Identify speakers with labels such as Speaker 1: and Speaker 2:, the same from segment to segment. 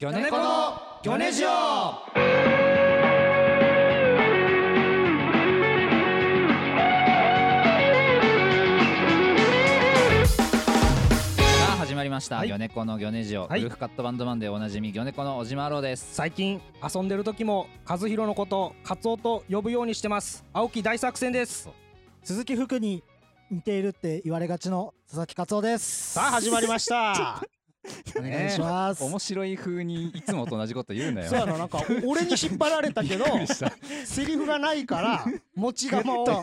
Speaker 1: ネコのギョネジオ
Speaker 2: さあ始まりました、
Speaker 1: はい
Speaker 2: ギョネコのギョネジオ、
Speaker 1: はい
Speaker 2: ウルフカットバンドマンでおなじみギョネコの小島郎です
Speaker 1: 最近遊んでる時も和弘のことをカツオと呼ぶようにしてます青木大作戦です
Speaker 3: 鈴木福に似ているって言われがちの佐々木勝夫です。
Speaker 1: さあ始まりました
Speaker 3: お願いします。
Speaker 2: 面白い風にいつもと同じこと言うなよ
Speaker 4: そうやな、なんか、お俺に引っ張られたけど、
Speaker 2: した
Speaker 4: セリフがないから、持ち
Speaker 3: グッ
Speaker 4: 釜 を
Speaker 3: と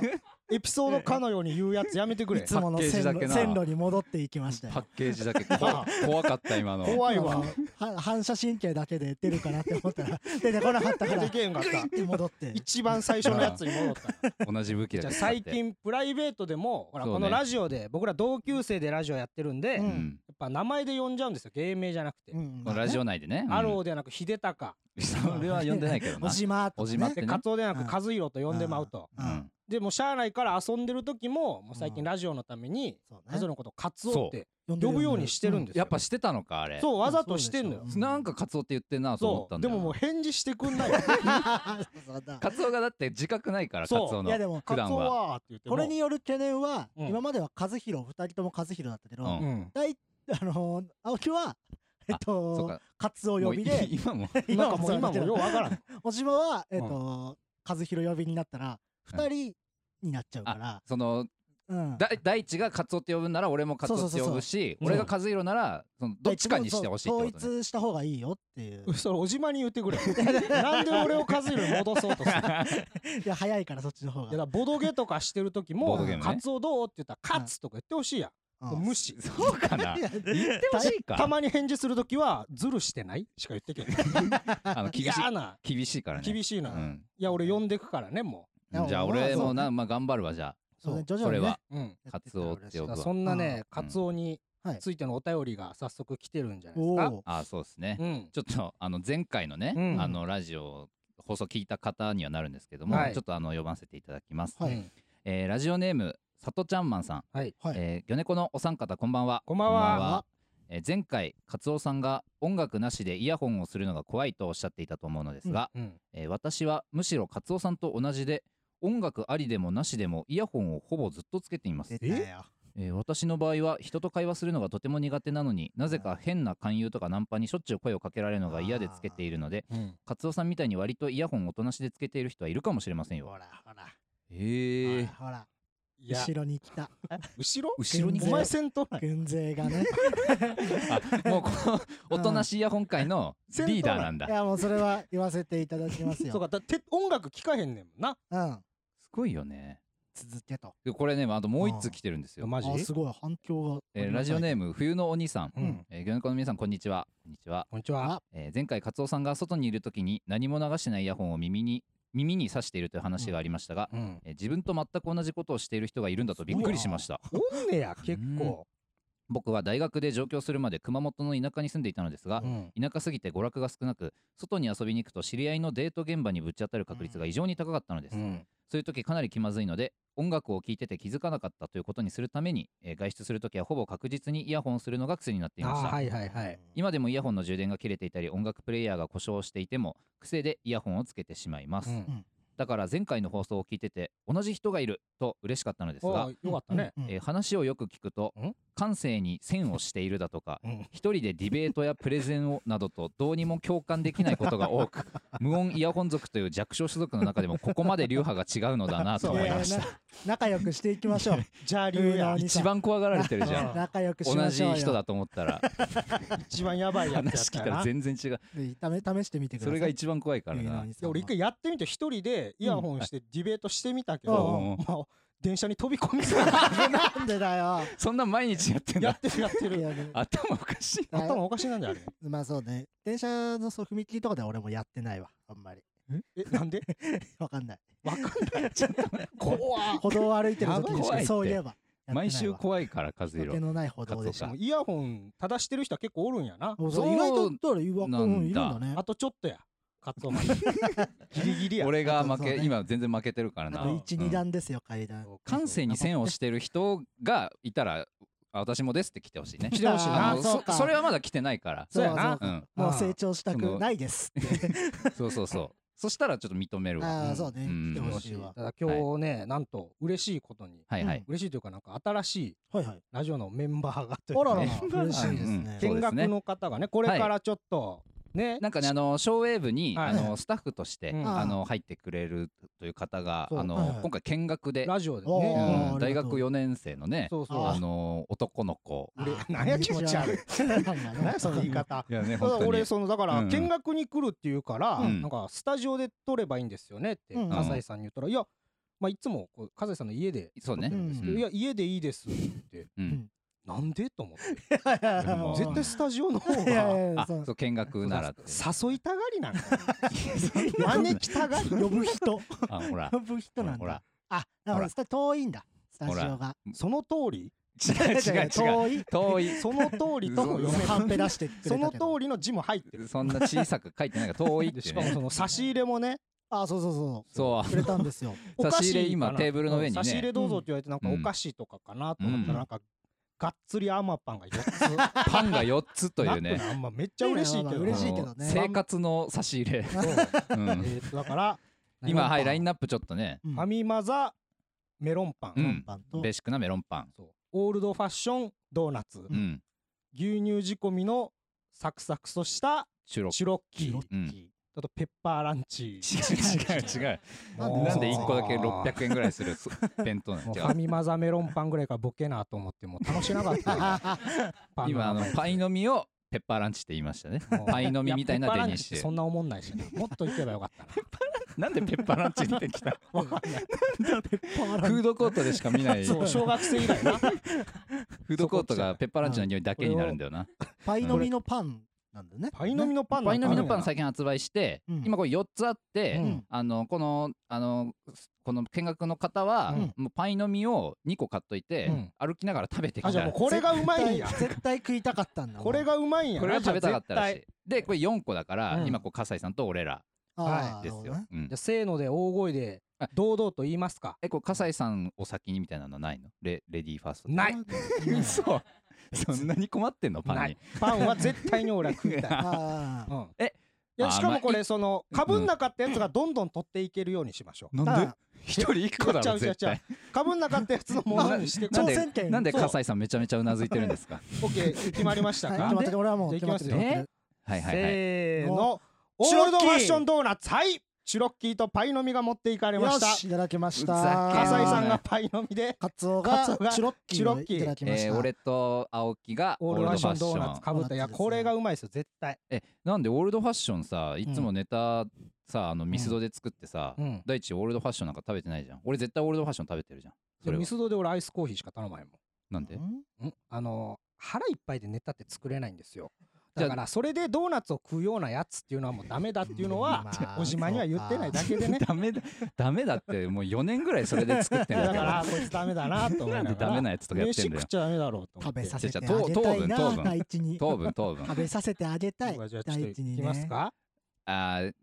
Speaker 4: エピソードかのように言うやつやめてく
Speaker 3: い
Speaker 4: れ
Speaker 3: つ。もの線
Speaker 2: パッケージだけ
Speaker 3: 路
Speaker 2: な
Speaker 3: 線路に戻っていきました
Speaker 2: パッ
Speaker 3: よ。
Speaker 2: ケージだけこ怖かった今の
Speaker 4: 怖い
Speaker 3: あ
Speaker 4: わ
Speaker 3: の。は反射神経だけで出るかなって思ったら 出てこなかったから
Speaker 4: 出て
Speaker 3: グ
Speaker 4: けえんかっ
Speaker 3: イ
Speaker 4: た
Speaker 3: っ。て戻って
Speaker 4: 一番最初のやつに 戻った。
Speaker 2: 同じ武器だ
Speaker 4: じゃあ
Speaker 2: け
Speaker 4: 最近プライベートでも、ほら、
Speaker 2: そうね
Speaker 4: このラジオで、僕ら同級生でラジオやってるんで、
Speaker 3: う
Speaker 2: うん
Speaker 4: やっぱ
Speaker 2: ん
Speaker 4: 名前で呼んじゃうんですよ。芸名じゃなくて
Speaker 3: う。ん
Speaker 2: このラジオ内でね、
Speaker 4: アローではなく、秀隆。
Speaker 2: うんそれは呼んでないけど
Speaker 3: お
Speaker 2: な
Speaker 3: じま
Speaker 2: おじまっ
Speaker 3: ね
Speaker 2: て
Speaker 4: で、
Speaker 2: ね
Speaker 4: カツオではなく、和弘と呼んでまうと。
Speaker 3: う
Speaker 2: うんん
Speaker 4: で、もうしゃあないから遊んでる時も、もう最近ラジオのために、
Speaker 3: そう
Speaker 4: 和
Speaker 3: ね
Speaker 4: 弘のことカツオって
Speaker 3: 呼んで
Speaker 4: 呼
Speaker 3: る
Speaker 4: ぶようにしてるんですよ。
Speaker 2: やっぱしてたのかあれ
Speaker 4: そう、わざとしてんのよ
Speaker 3: う。
Speaker 2: なんかカツオって言ってんなと思っ
Speaker 4: そ
Speaker 2: た
Speaker 4: う、
Speaker 2: ん
Speaker 4: で
Speaker 2: だよ
Speaker 4: ももう返事してくんないよ。
Speaker 3: そ うだ
Speaker 2: カツオがだって自覚ないからカツ
Speaker 4: そう
Speaker 2: オ
Speaker 3: いやで
Speaker 2: の
Speaker 3: も
Speaker 2: 普
Speaker 4: カツ
Speaker 2: 段
Speaker 4: オ
Speaker 2: は
Speaker 4: はって言っても
Speaker 3: これに、よる懸念は
Speaker 4: うん
Speaker 3: 今までは和弘二人とも和弘だったけど
Speaker 2: う
Speaker 3: あ
Speaker 2: ん
Speaker 4: うん、
Speaker 3: の青木はえっ
Speaker 2: そう
Speaker 3: と
Speaker 2: か
Speaker 3: カツオ呼び
Speaker 2: もう
Speaker 3: で
Speaker 2: い今も
Speaker 4: なんかもう今も
Speaker 3: そう
Speaker 4: ようわからん。
Speaker 3: おじまは、えっ、と、和弘呼びになったら、二人になっちゃうから、
Speaker 2: その
Speaker 3: うん。
Speaker 2: だ大地がカツオって呼ぶなら俺もカツオって呼ぶし
Speaker 4: そうそうそう
Speaker 2: 俺がカズイロならそのどっちかにしてほしいってこと
Speaker 3: そう
Speaker 2: ね
Speaker 3: 統一した方がいいよってい う。
Speaker 4: それおじまに言ってくれ。なんで俺をカズイロに戻そう とする。いやだか
Speaker 3: いや、早いからそっちの方が。
Speaker 4: らボドゲとかしてる時
Speaker 2: ボ
Speaker 4: も
Speaker 2: ドゲ、もね
Speaker 4: カツオどうって言ったら、カツとか言ってほしいやん。
Speaker 3: う
Speaker 4: もうん無視。
Speaker 2: そうかな言ってほしい
Speaker 4: た
Speaker 2: か
Speaker 4: まに返事する時は、ズルしてないしか言ってけん。
Speaker 2: あの厳しい
Speaker 4: 嫌な。
Speaker 2: 厳しいからね
Speaker 4: 厳しいうな。い
Speaker 2: ん
Speaker 4: や、俺呼んでくからね、も
Speaker 3: や
Speaker 2: じゃあ
Speaker 3: まあ
Speaker 2: 俺
Speaker 3: そ
Speaker 2: も
Speaker 3: う
Speaker 2: なまあ頑張るわじゃ
Speaker 3: そうね、徐
Speaker 2: あ
Speaker 3: 々
Speaker 2: それ
Speaker 3: にね
Speaker 2: は。
Speaker 4: う。うん。
Speaker 3: やってったら嬉
Speaker 2: カツ
Speaker 3: しい
Speaker 2: オって呼ぶわ
Speaker 4: そんなね、
Speaker 3: う
Speaker 4: カツオに
Speaker 3: はい
Speaker 4: ついてのお便りが早速来てるんじゃないです
Speaker 3: お
Speaker 4: か。
Speaker 3: お。
Speaker 2: ああそうですね
Speaker 4: うん。
Speaker 2: ちょっとあの前回のね
Speaker 4: うん
Speaker 2: あのラジオ放送聞いた方にはなるんですけども
Speaker 4: はい
Speaker 2: ちょっとあの呼ばせていただきます
Speaker 3: はい
Speaker 4: うん
Speaker 2: えーラジオネームさとちゃんまんさん
Speaker 4: はい。
Speaker 3: はい
Speaker 2: えー、魚猫のお三方こんばんは
Speaker 4: こんばんは
Speaker 2: えー前回カツオさんが音楽なしでイヤホンをするのが怖いとおっしゃっていたと思うのですが、
Speaker 4: うん。
Speaker 2: えー私はむしろカツオさんと同じで音楽ありでもなしでもイヤホンをほぼずっとつけています
Speaker 3: 出、たよ。
Speaker 2: えー私の場合は人と会話するのがとても苦手なのになぜか変な勧誘とかナンパにしょっちゅう声をかけられるのが嫌でつけているので
Speaker 4: うん。
Speaker 2: カツオさんみたいに割とイヤホンをおとなしでつけている人はいるかもしれません
Speaker 3: ほ
Speaker 2: よ
Speaker 3: ら、ほら。
Speaker 2: えー、
Speaker 3: ほら、
Speaker 4: いや
Speaker 3: 後ろに来た。
Speaker 4: 後ろ
Speaker 2: 後ろに
Speaker 3: 全
Speaker 4: お
Speaker 3: 然
Speaker 4: 前先頭なんや
Speaker 3: 軍勢がね。
Speaker 2: あもうこのおとなしいイヤホン界の リーダーなんだ
Speaker 3: いや、もうそれは言わせていただきます
Speaker 4: そう
Speaker 3: よ。
Speaker 4: か、だって音楽聴かへんねんもんな。
Speaker 3: うん。
Speaker 2: すごいよね
Speaker 3: 続けと。
Speaker 2: でこれねあともう一通来てるんですよ、
Speaker 4: マ
Speaker 3: あ、すごい、反響が。
Speaker 2: えーラジオネー
Speaker 3: ム。
Speaker 2: ム冬のお兄さん、
Speaker 4: うん
Speaker 2: えー、魚猫の皆さんこんにちはこんにちは、
Speaker 4: こんにちは。
Speaker 2: えー前回カツオさんが外にいる時に何も流してないイヤホンを耳に耳に挿しているという話がありましたが、
Speaker 4: うん。
Speaker 2: えー自分と全く同じことをしている人がいるんだとびっくりしました
Speaker 4: おんねや、結構。
Speaker 2: 僕は大学で上京するまで熊本の田舎に住んでいたのですが、
Speaker 4: うん。
Speaker 2: 田舎すぎて娯楽が少なく外に遊びに行くと知り合いのデート現場にぶち当たる確率が異常に高かったのです、
Speaker 4: うん。
Speaker 2: そういう時かなり気まずいので音楽を聴いてて気づかなかったということにするために、えー外出するときはほぼ確実にイヤホンをするのが癖になってい
Speaker 4: あ
Speaker 2: ました、
Speaker 4: ーはいはいはい。
Speaker 2: 今でもイヤホンの充電が切れていたり音楽プレイヤーが故障していても癖でイヤホンをつけてしまいます、
Speaker 4: うん
Speaker 2: だから前回の放送を聞いてて同じ人がいると嬉しかったのです
Speaker 4: お
Speaker 2: が
Speaker 4: ー、よかったね。
Speaker 3: うん。
Speaker 2: えー話をよく聞くと
Speaker 4: ん
Speaker 2: 感性に線をしているだと か
Speaker 4: うん。
Speaker 2: 一人でディベートやプレゼンをなどとどうにも共感できないことが多 く無音イヤホン族という弱小種族の中でもここまで流派 が違うのだなと思いました
Speaker 3: いやいやな仲良くしていきましょう。
Speaker 4: じゃあ、理由や。
Speaker 3: うん
Speaker 2: 一番怖がられてるじゃん
Speaker 3: 仲良くし
Speaker 2: 同
Speaker 3: まし
Speaker 2: じ
Speaker 3: ょうよ。
Speaker 2: 人だと思ったら
Speaker 4: 一番やばいや
Speaker 2: 話
Speaker 4: つ
Speaker 2: 聞
Speaker 4: や
Speaker 2: い
Speaker 4: ったた
Speaker 2: ら
Speaker 4: な。
Speaker 2: 全然違う
Speaker 3: でため試してみてくだ
Speaker 2: そ
Speaker 3: さい。
Speaker 2: れが一番怖いから
Speaker 3: いい
Speaker 2: な
Speaker 3: のにさ
Speaker 4: 俺一回やってみて一人でイヤホンしてディベートしてみたけど、
Speaker 2: うん
Speaker 4: もう電車に飛び込みそうな
Speaker 3: なんでだよ。
Speaker 2: そんな毎日やってん
Speaker 4: や
Speaker 2: だ
Speaker 4: ってるやって
Speaker 3: い
Speaker 4: る
Speaker 3: やね
Speaker 2: 頭おかしい
Speaker 3: あ
Speaker 4: 頭おかしいなんじゃあれ
Speaker 3: まあそうね。電車のそう踏切とかでは俺もやってないわ。あんまり。
Speaker 4: えなん で
Speaker 3: わかんない。
Speaker 4: わかんないちょっと怖っ
Speaker 3: 歩道を歩いてる時に
Speaker 2: やばい
Speaker 3: し
Speaker 2: っ
Speaker 3: か
Speaker 2: て
Speaker 3: そういえば。
Speaker 2: 毎週怖いから和
Speaker 3: うい
Speaker 2: 弘
Speaker 3: のない歩道でし
Speaker 2: カ
Speaker 3: ょ
Speaker 2: ツ。
Speaker 4: イヤホン正してる人は結構おるんやな
Speaker 3: そう
Speaker 2: そう
Speaker 3: 意外とだから言わ
Speaker 2: なんだ
Speaker 3: うんいるんだね
Speaker 4: あ。とちょっとやカツオま でギリギリや
Speaker 2: 俺が負
Speaker 3: そう
Speaker 2: け
Speaker 3: ね
Speaker 2: 今全然負けてるから
Speaker 3: あ
Speaker 2: な
Speaker 3: と一
Speaker 2: う
Speaker 3: 二
Speaker 2: ん
Speaker 3: 段ですよ階段。
Speaker 2: 感性に線をしてる人がいたらあ私もですって来てほしいね
Speaker 4: 来てほしいな
Speaker 2: あの
Speaker 3: そう
Speaker 2: そ
Speaker 3: か
Speaker 2: それはまだ来てないから
Speaker 4: そうや
Speaker 3: そう
Speaker 4: な
Speaker 3: そ
Speaker 2: うん
Speaker 3: もう成長したくないですって。
Speaker 2: そうそうそうそしたらちょっと認めるわ
Speaker 3: あ
Speaker 4: う
Speaker 3: あ、
Speaker 4: ん
Speaker 3: そうね。
Speaker 2: うん
Speaker 3: 来てほしいわ。
Speaker 4: ただ今日ねなんと嬉しいことに
Speaker 2: はいはい、
Speaker 4: 嬉しいというかなんか新しい
Speaker 3: はいはい。
Speaker 4: ラジオのメンバーがという
Speaker 3: あ
Speaker 4: から
Speaker 3: ら
Speaker 4: ね
Speaker 3: ら、嬉しいです
Speaker 2: うんう
Speaker 3: ね
Speaker 2: ん。そう
Speaker 4: 見
Speaker 2: ですね
Speaker 4: 学の方がねこれからちょっとね
Speaker 2: なんかねあのショーウェーブに、
Speaker 4: はい
Speaker 2: あのスタッフとして、
Speaker 4: うん
Speaker 2: あの入ってくれるという方が
Speaker 4: そう
Speaker 2: あの、
Speaker 3: はいはい
Speaker 2: 今回見学で、
Speaker 4: ラジオで
Speaker 2: う
Speaker 3: お
Speaker 4: ね
Speaker 3: ー
Speaker 2: ん
Speaker 3: ありがとう
Speaker 2: 大学4年生のね
Speaker 4: そう
Speaker 2: あ
Speaker 4: そう
Speaker 2: の男の子
Speaker 4: 俺なんや気持ち悪い
Speaker 3: い。なん
Speaker 4: 何やその言い。方
Speaker 2: いやね
Speaker 4: ただ俺そのだか
Speaker 2: う
Speaker 4: ら
Speaker 2: んうん
Speaker 4: 見学に来るっていうから
Speaker 2: うん
Speaker 4: なんかスタジオで撮ればいいんですよねって
Speaker 3: うん
Speaker 4: 笠井さんに言ったらいやまあいつもこう笠井さんの家で
Speaker 2: そうね
Speaker 4: 撮ってるんですけど
Speaker 2: うん
Speaker 4: いや家でいいです って
Speaker 2: うん
Speaker 4: なんでと思って
Speaker 2: うん
Speaker 4: 絶対スタジオの方
Speaker 3: いや
Speaker 4: が
Speaker 3: いや
Speaker 2: あ
Speaker 3: その
Speaker 2: そう見学ならって
Speaker 4: 誘いたがりなんか
Speaker 2: なことない
Speaker 4: 招きたがり
Speaker 3: 呼ぶ人。
Speaker 2: あほら
Speaker 3: 呼ぶ人
Speaker 2: ほ
Speaker 3: な
Speaker 2: ら
Speaker 3: ん
Speaker 2: ほら
Speaker 3: だ。あ、だ
Speaker 2: ほ
Speaker 3: からら遠いんだ。スタジ
Speaker 2: ほ
Speaker 3: オが。
Speaker 4: その通り
Speaker 2: 違う違う違う
Speaker 3: 違う。遠
Speaker 2: 遠い
Speaker 4: その通りとも
Speaker 3: い
Speaker 4: 読め。
Speaker 3: カンペ出してくれたけ
Speaker 4: そ
Speaker 3: ど。
Speaker 4: の通りの字も入ってる。
Speaker 2: そんな小さく書いてないから遠いって
Speaker 4: でしかも
Speaker 2: ね
Speaker 4: その差し入れもね、
Speaker 3: あ、そうそうそ
Speaker 2: そう
Speaker 3: う。くれたんで すよ。
Speaker 4: お
Speaker 2: 差
Speaker 4: 菓
Speaker 2: し
Speaker 4: 子
Speaker 2: 入れ今
Speaker 4: かな
Speaker 2: テーブルの上に
Speaker 4: うん差し入
Speaker 2: ね
Speaker 4: れどうぞって言われてなんか
Speaker 2: う
Speaker 4: お
Speaker 2: ん
Speaker 4: 菓子とかかなと思った
Speaker 2: うん
Speaker 4: らなんかがっつりアーマパンが4つ。
Speaker 2: パンが4つという ね
Speaker 4: あんまめっちゃ嬉しいけど。
Speaker 3: 嬉しいけどね
Speaker 2: あの生活の差し入れ、
Speaker 4: そう
Speaker 2: うん
Speaker 4: えーとだから
Speaker 2: 今はいライン
Speaker 4: ナ
Speaker 2: ナップちょっとね
Speaker 4: ファミマザメロンパン、
Speaker 2: うん
Speaker 3: パンと
Speaker 2: ベーシックなメロンパン、
Speaker 4: そうオールドファッションドーナツ、
Speaker 2: うん、
Speaker 4: 牛乳仕込みのサクサクとした
Speaker 2: 収録
Speaker 4: チュロッキー、
Speaker 2: うん
Speaker 4: あとペッパーランチ。
Speaker 2: 違う違う違う
Speaker 4: もう
Speaker 2: なんで1個だけ
Speaker 4: あー
Speaker 2: 600円ぐらいす る弁当なん
Speaker 4: もう
Speaker 2: て
Speaker 4: ファミマザメロンパンぐらいからボケなと思ってもう楽しなかった よパン
Speaker 2: 今あの
Speaker 4: 名前
Speaker 2: パイの実をペッパーランチって言いましたね
Speaker 4: もう
Speaker 2: パイの実みたいな
Speaker 4: や
Speaker 2: デ
Speaker 4: ペッパーラン
Speaker 2: ニッ
Speaker 4: チ
Speaker 2: シ
Speaker 4: ってそ
Speaker 2: ュ
Speaker 4: んな思んないしねもっといけばよかったな
Speaker 2: なんでペッパーランチってきた
Speaker 4: わかんない
Speaker 2: フードコートでしか見な い
Speaker 4: そう小学生以来な
Speaker 2: フードコートがペッパーランチの匂いだけになるんだよな
Speaker 3: パイの実のパンなんだね。
Speaker 4: パイの実のパン
Speaker 2: パイの実のパン
Speaker 4: 最
Speaker 2: 最近発売して
Speaker 3: うん
Speaker 2: 今これ4つあっ
Speaker 4: う
Speaker 2: て
Speaker 4: ん
Speaker 3: ん、
Speaker 2: あのこのあのこの見学の方は
Speaker 4: うん
Speaker 2: もうパイの実を2個買っといて
Speaker 4: うん
Speaker 2: 歩きながら食べて
Speaker 4: あ
Speaker 2: き
Speaker 4: じゃあも
Speaker 2: た
Speaker 4: うこれがうまいんや
Speaker 3: 絶対絶対食いたかったんだ。
Speaker 4: これがうまいんや
Speaker 2: これは食べたかったらし
Speaker 4: じ
Speaker 2: いでこれ4個だから
Speaker 4: うん
Speaker 2: 今こう笠井さんと俺ら
Speaker 3: あー
Speaker 2: です
Speaker 3: なるほど
Speaker 2: よ
Speaker 3: ね
Speaker 2: うん
Speaker 4: ゃあせーので大声で
Speaker 2: あ
Speaker 4: 堂々と言います か
Speaker 2: えこう笠井さんお先にみたいなのないのレレディーファースト
Speaker 4: ない
Speaker 2: 嘘そんなに困ってんのパン
Speaker 4: な
Speaker 2: に
Speaker 4: いパンは絶対に俺は食いたい
Speaker 3: あ
Speaker 4: うん
Speaker 2: え
Speaker 4: いやしかもこ
Speaker 2: あま
Speaker 4: れそのかぶんなかったやつがどんどん取っていけるようにしましょ う
Speaker 2: なんで
Speaker 3: あ
Speaker 2: 一人一個だ
Speaker 4: ちゃ
Speaker 2: ろ
Speaker 4: うちゃう
Speaker 2: 絶
Speaker 4: ちゃう
Speaker 2: 対
Speaker 4: かぶんなかったやつのものにして
Speaker 2: なん
Speaker 3: 挑戦
Speaker 2: で
Speaker 3: 権
Speaker 2: なんで
Speaker 4: そう
Speaker 2: 笠井さんめちゃめちゃうなずいてるんですか
Speaker 4: オッケー決まりまし
Speaker 3: あ。
Speaker 4: た
Speaker 3: は
Speaker 4: か、
Speaker 3: い決まってる俺はもう
Speaker 4: じゃあ
Speaker 3: 決まってる
Speaker 4: いきますよ
Speaker 3: 決まってる
Speaker 2: はいはいはい
Speaker 4: せーの
Speaker 3: の
Speaker 4: オールドファッションドーナツはいチュロッキーとパイの実が持っていかれました
Speaker 3: よしいただきました
Speaker 2: ふざけんな
Speaker 4: 笠井さんがパイの実で
Speaker 3: カツオ
Speaker 4: カ
Speaker 3: が
Speaker 4: ツオが
Speaker 3: チュロッキ
Speaker 4: チュ
Speaker 3: ー
Speaker 4: ロ
Speaker 3: を
Speaker 4: ッ
Speaker 3: い
Speaker 4: キー
Speaker 3: ただきま
Speaker 2: え
Speaker 3: し
Speaker 2: ー
Speaker 3: た
Speaker 2: 俺と青木が
Speaker 4: オ
Speaker 2: オ
Speaker 4: ー
Speaker 2: ー
Speaker 4: ル
Speaker 2: ル
Speaker 4: ド
Speaker 2: ド
Speaker 4: ファッションド
Speaker 2: ファッシ
Speaker 4: ーナ
Speaker 2: ョ
Speaker 4: ツ
Speaker 2: ン
Speaker 4: かぶったいやこれがうまいですよ絶対
Speaker 2: なんでオールドファッションさいつもネタさあのミスドで作ってさ
Speaker 4: うん
Speaker 2: 第一オールドファッションなんか食べてないじゃん俺絶対オールドファッション食べてるじゃんそれは
Speaker 4: ミスドで俺アイスコーヒーしか頼まへんも
Speaker 2: なんで
Speaker 3: ん
Speaker 4: んんあのー腹いっぱいで寝たって作れないんですよ
Speaker 2: じゃ
Speaker 4: だ
Speaker 2: あ
Speaker 4: からそれでドーナツを食うようなやつっていうのはもうダメだっていうのは
Speaker 3: まあ
Speaker 4: おじまには言ってないだけでね
Speaker 2: ダメだダメだってもう4年ぐらいそれで作って
Speaker 4: い
Speaker 2: ん
Speaker 4: や
Speaker 2: だ
Speaker 4: だ
Speaker 2: け ど
Speaker 4: からこいつダメだなと思
Speaker 2: ないん
Speaker 4: な
Speaker 2: で
Speaker 4: が
Speaker 2: ダメ
Speaker 4: ら
Speaker 2: なやつとかやって
Speaker 4: 飯
Speaker 2: ん
Speaker 4: 食
Speaker 2: だ
Speaker 4: っ
Speaker 2: よ
Speaker 4: ちゃダメだろうと思
Speaker 3: 食
Speaker 4: って
Speaker 3: べさせてあ
Speaker 2: じゃあ
Speaker 3: げたいな
Speaker 2: 糖分糖分
Speaker 3: 第一に
Speaker 2: 糖分糖分
Speaker 3: 食べさせてあげたい
Speaker 4: 僕はじゃあちょっ
Speaker 3: 第
Speaker 4: と
Speaker 3: 一
Speaker 4: い
Speaker 3: に
Speaker 4: き
Speaker 3: ね
Speaker 4: ますか
Speaker 2: あー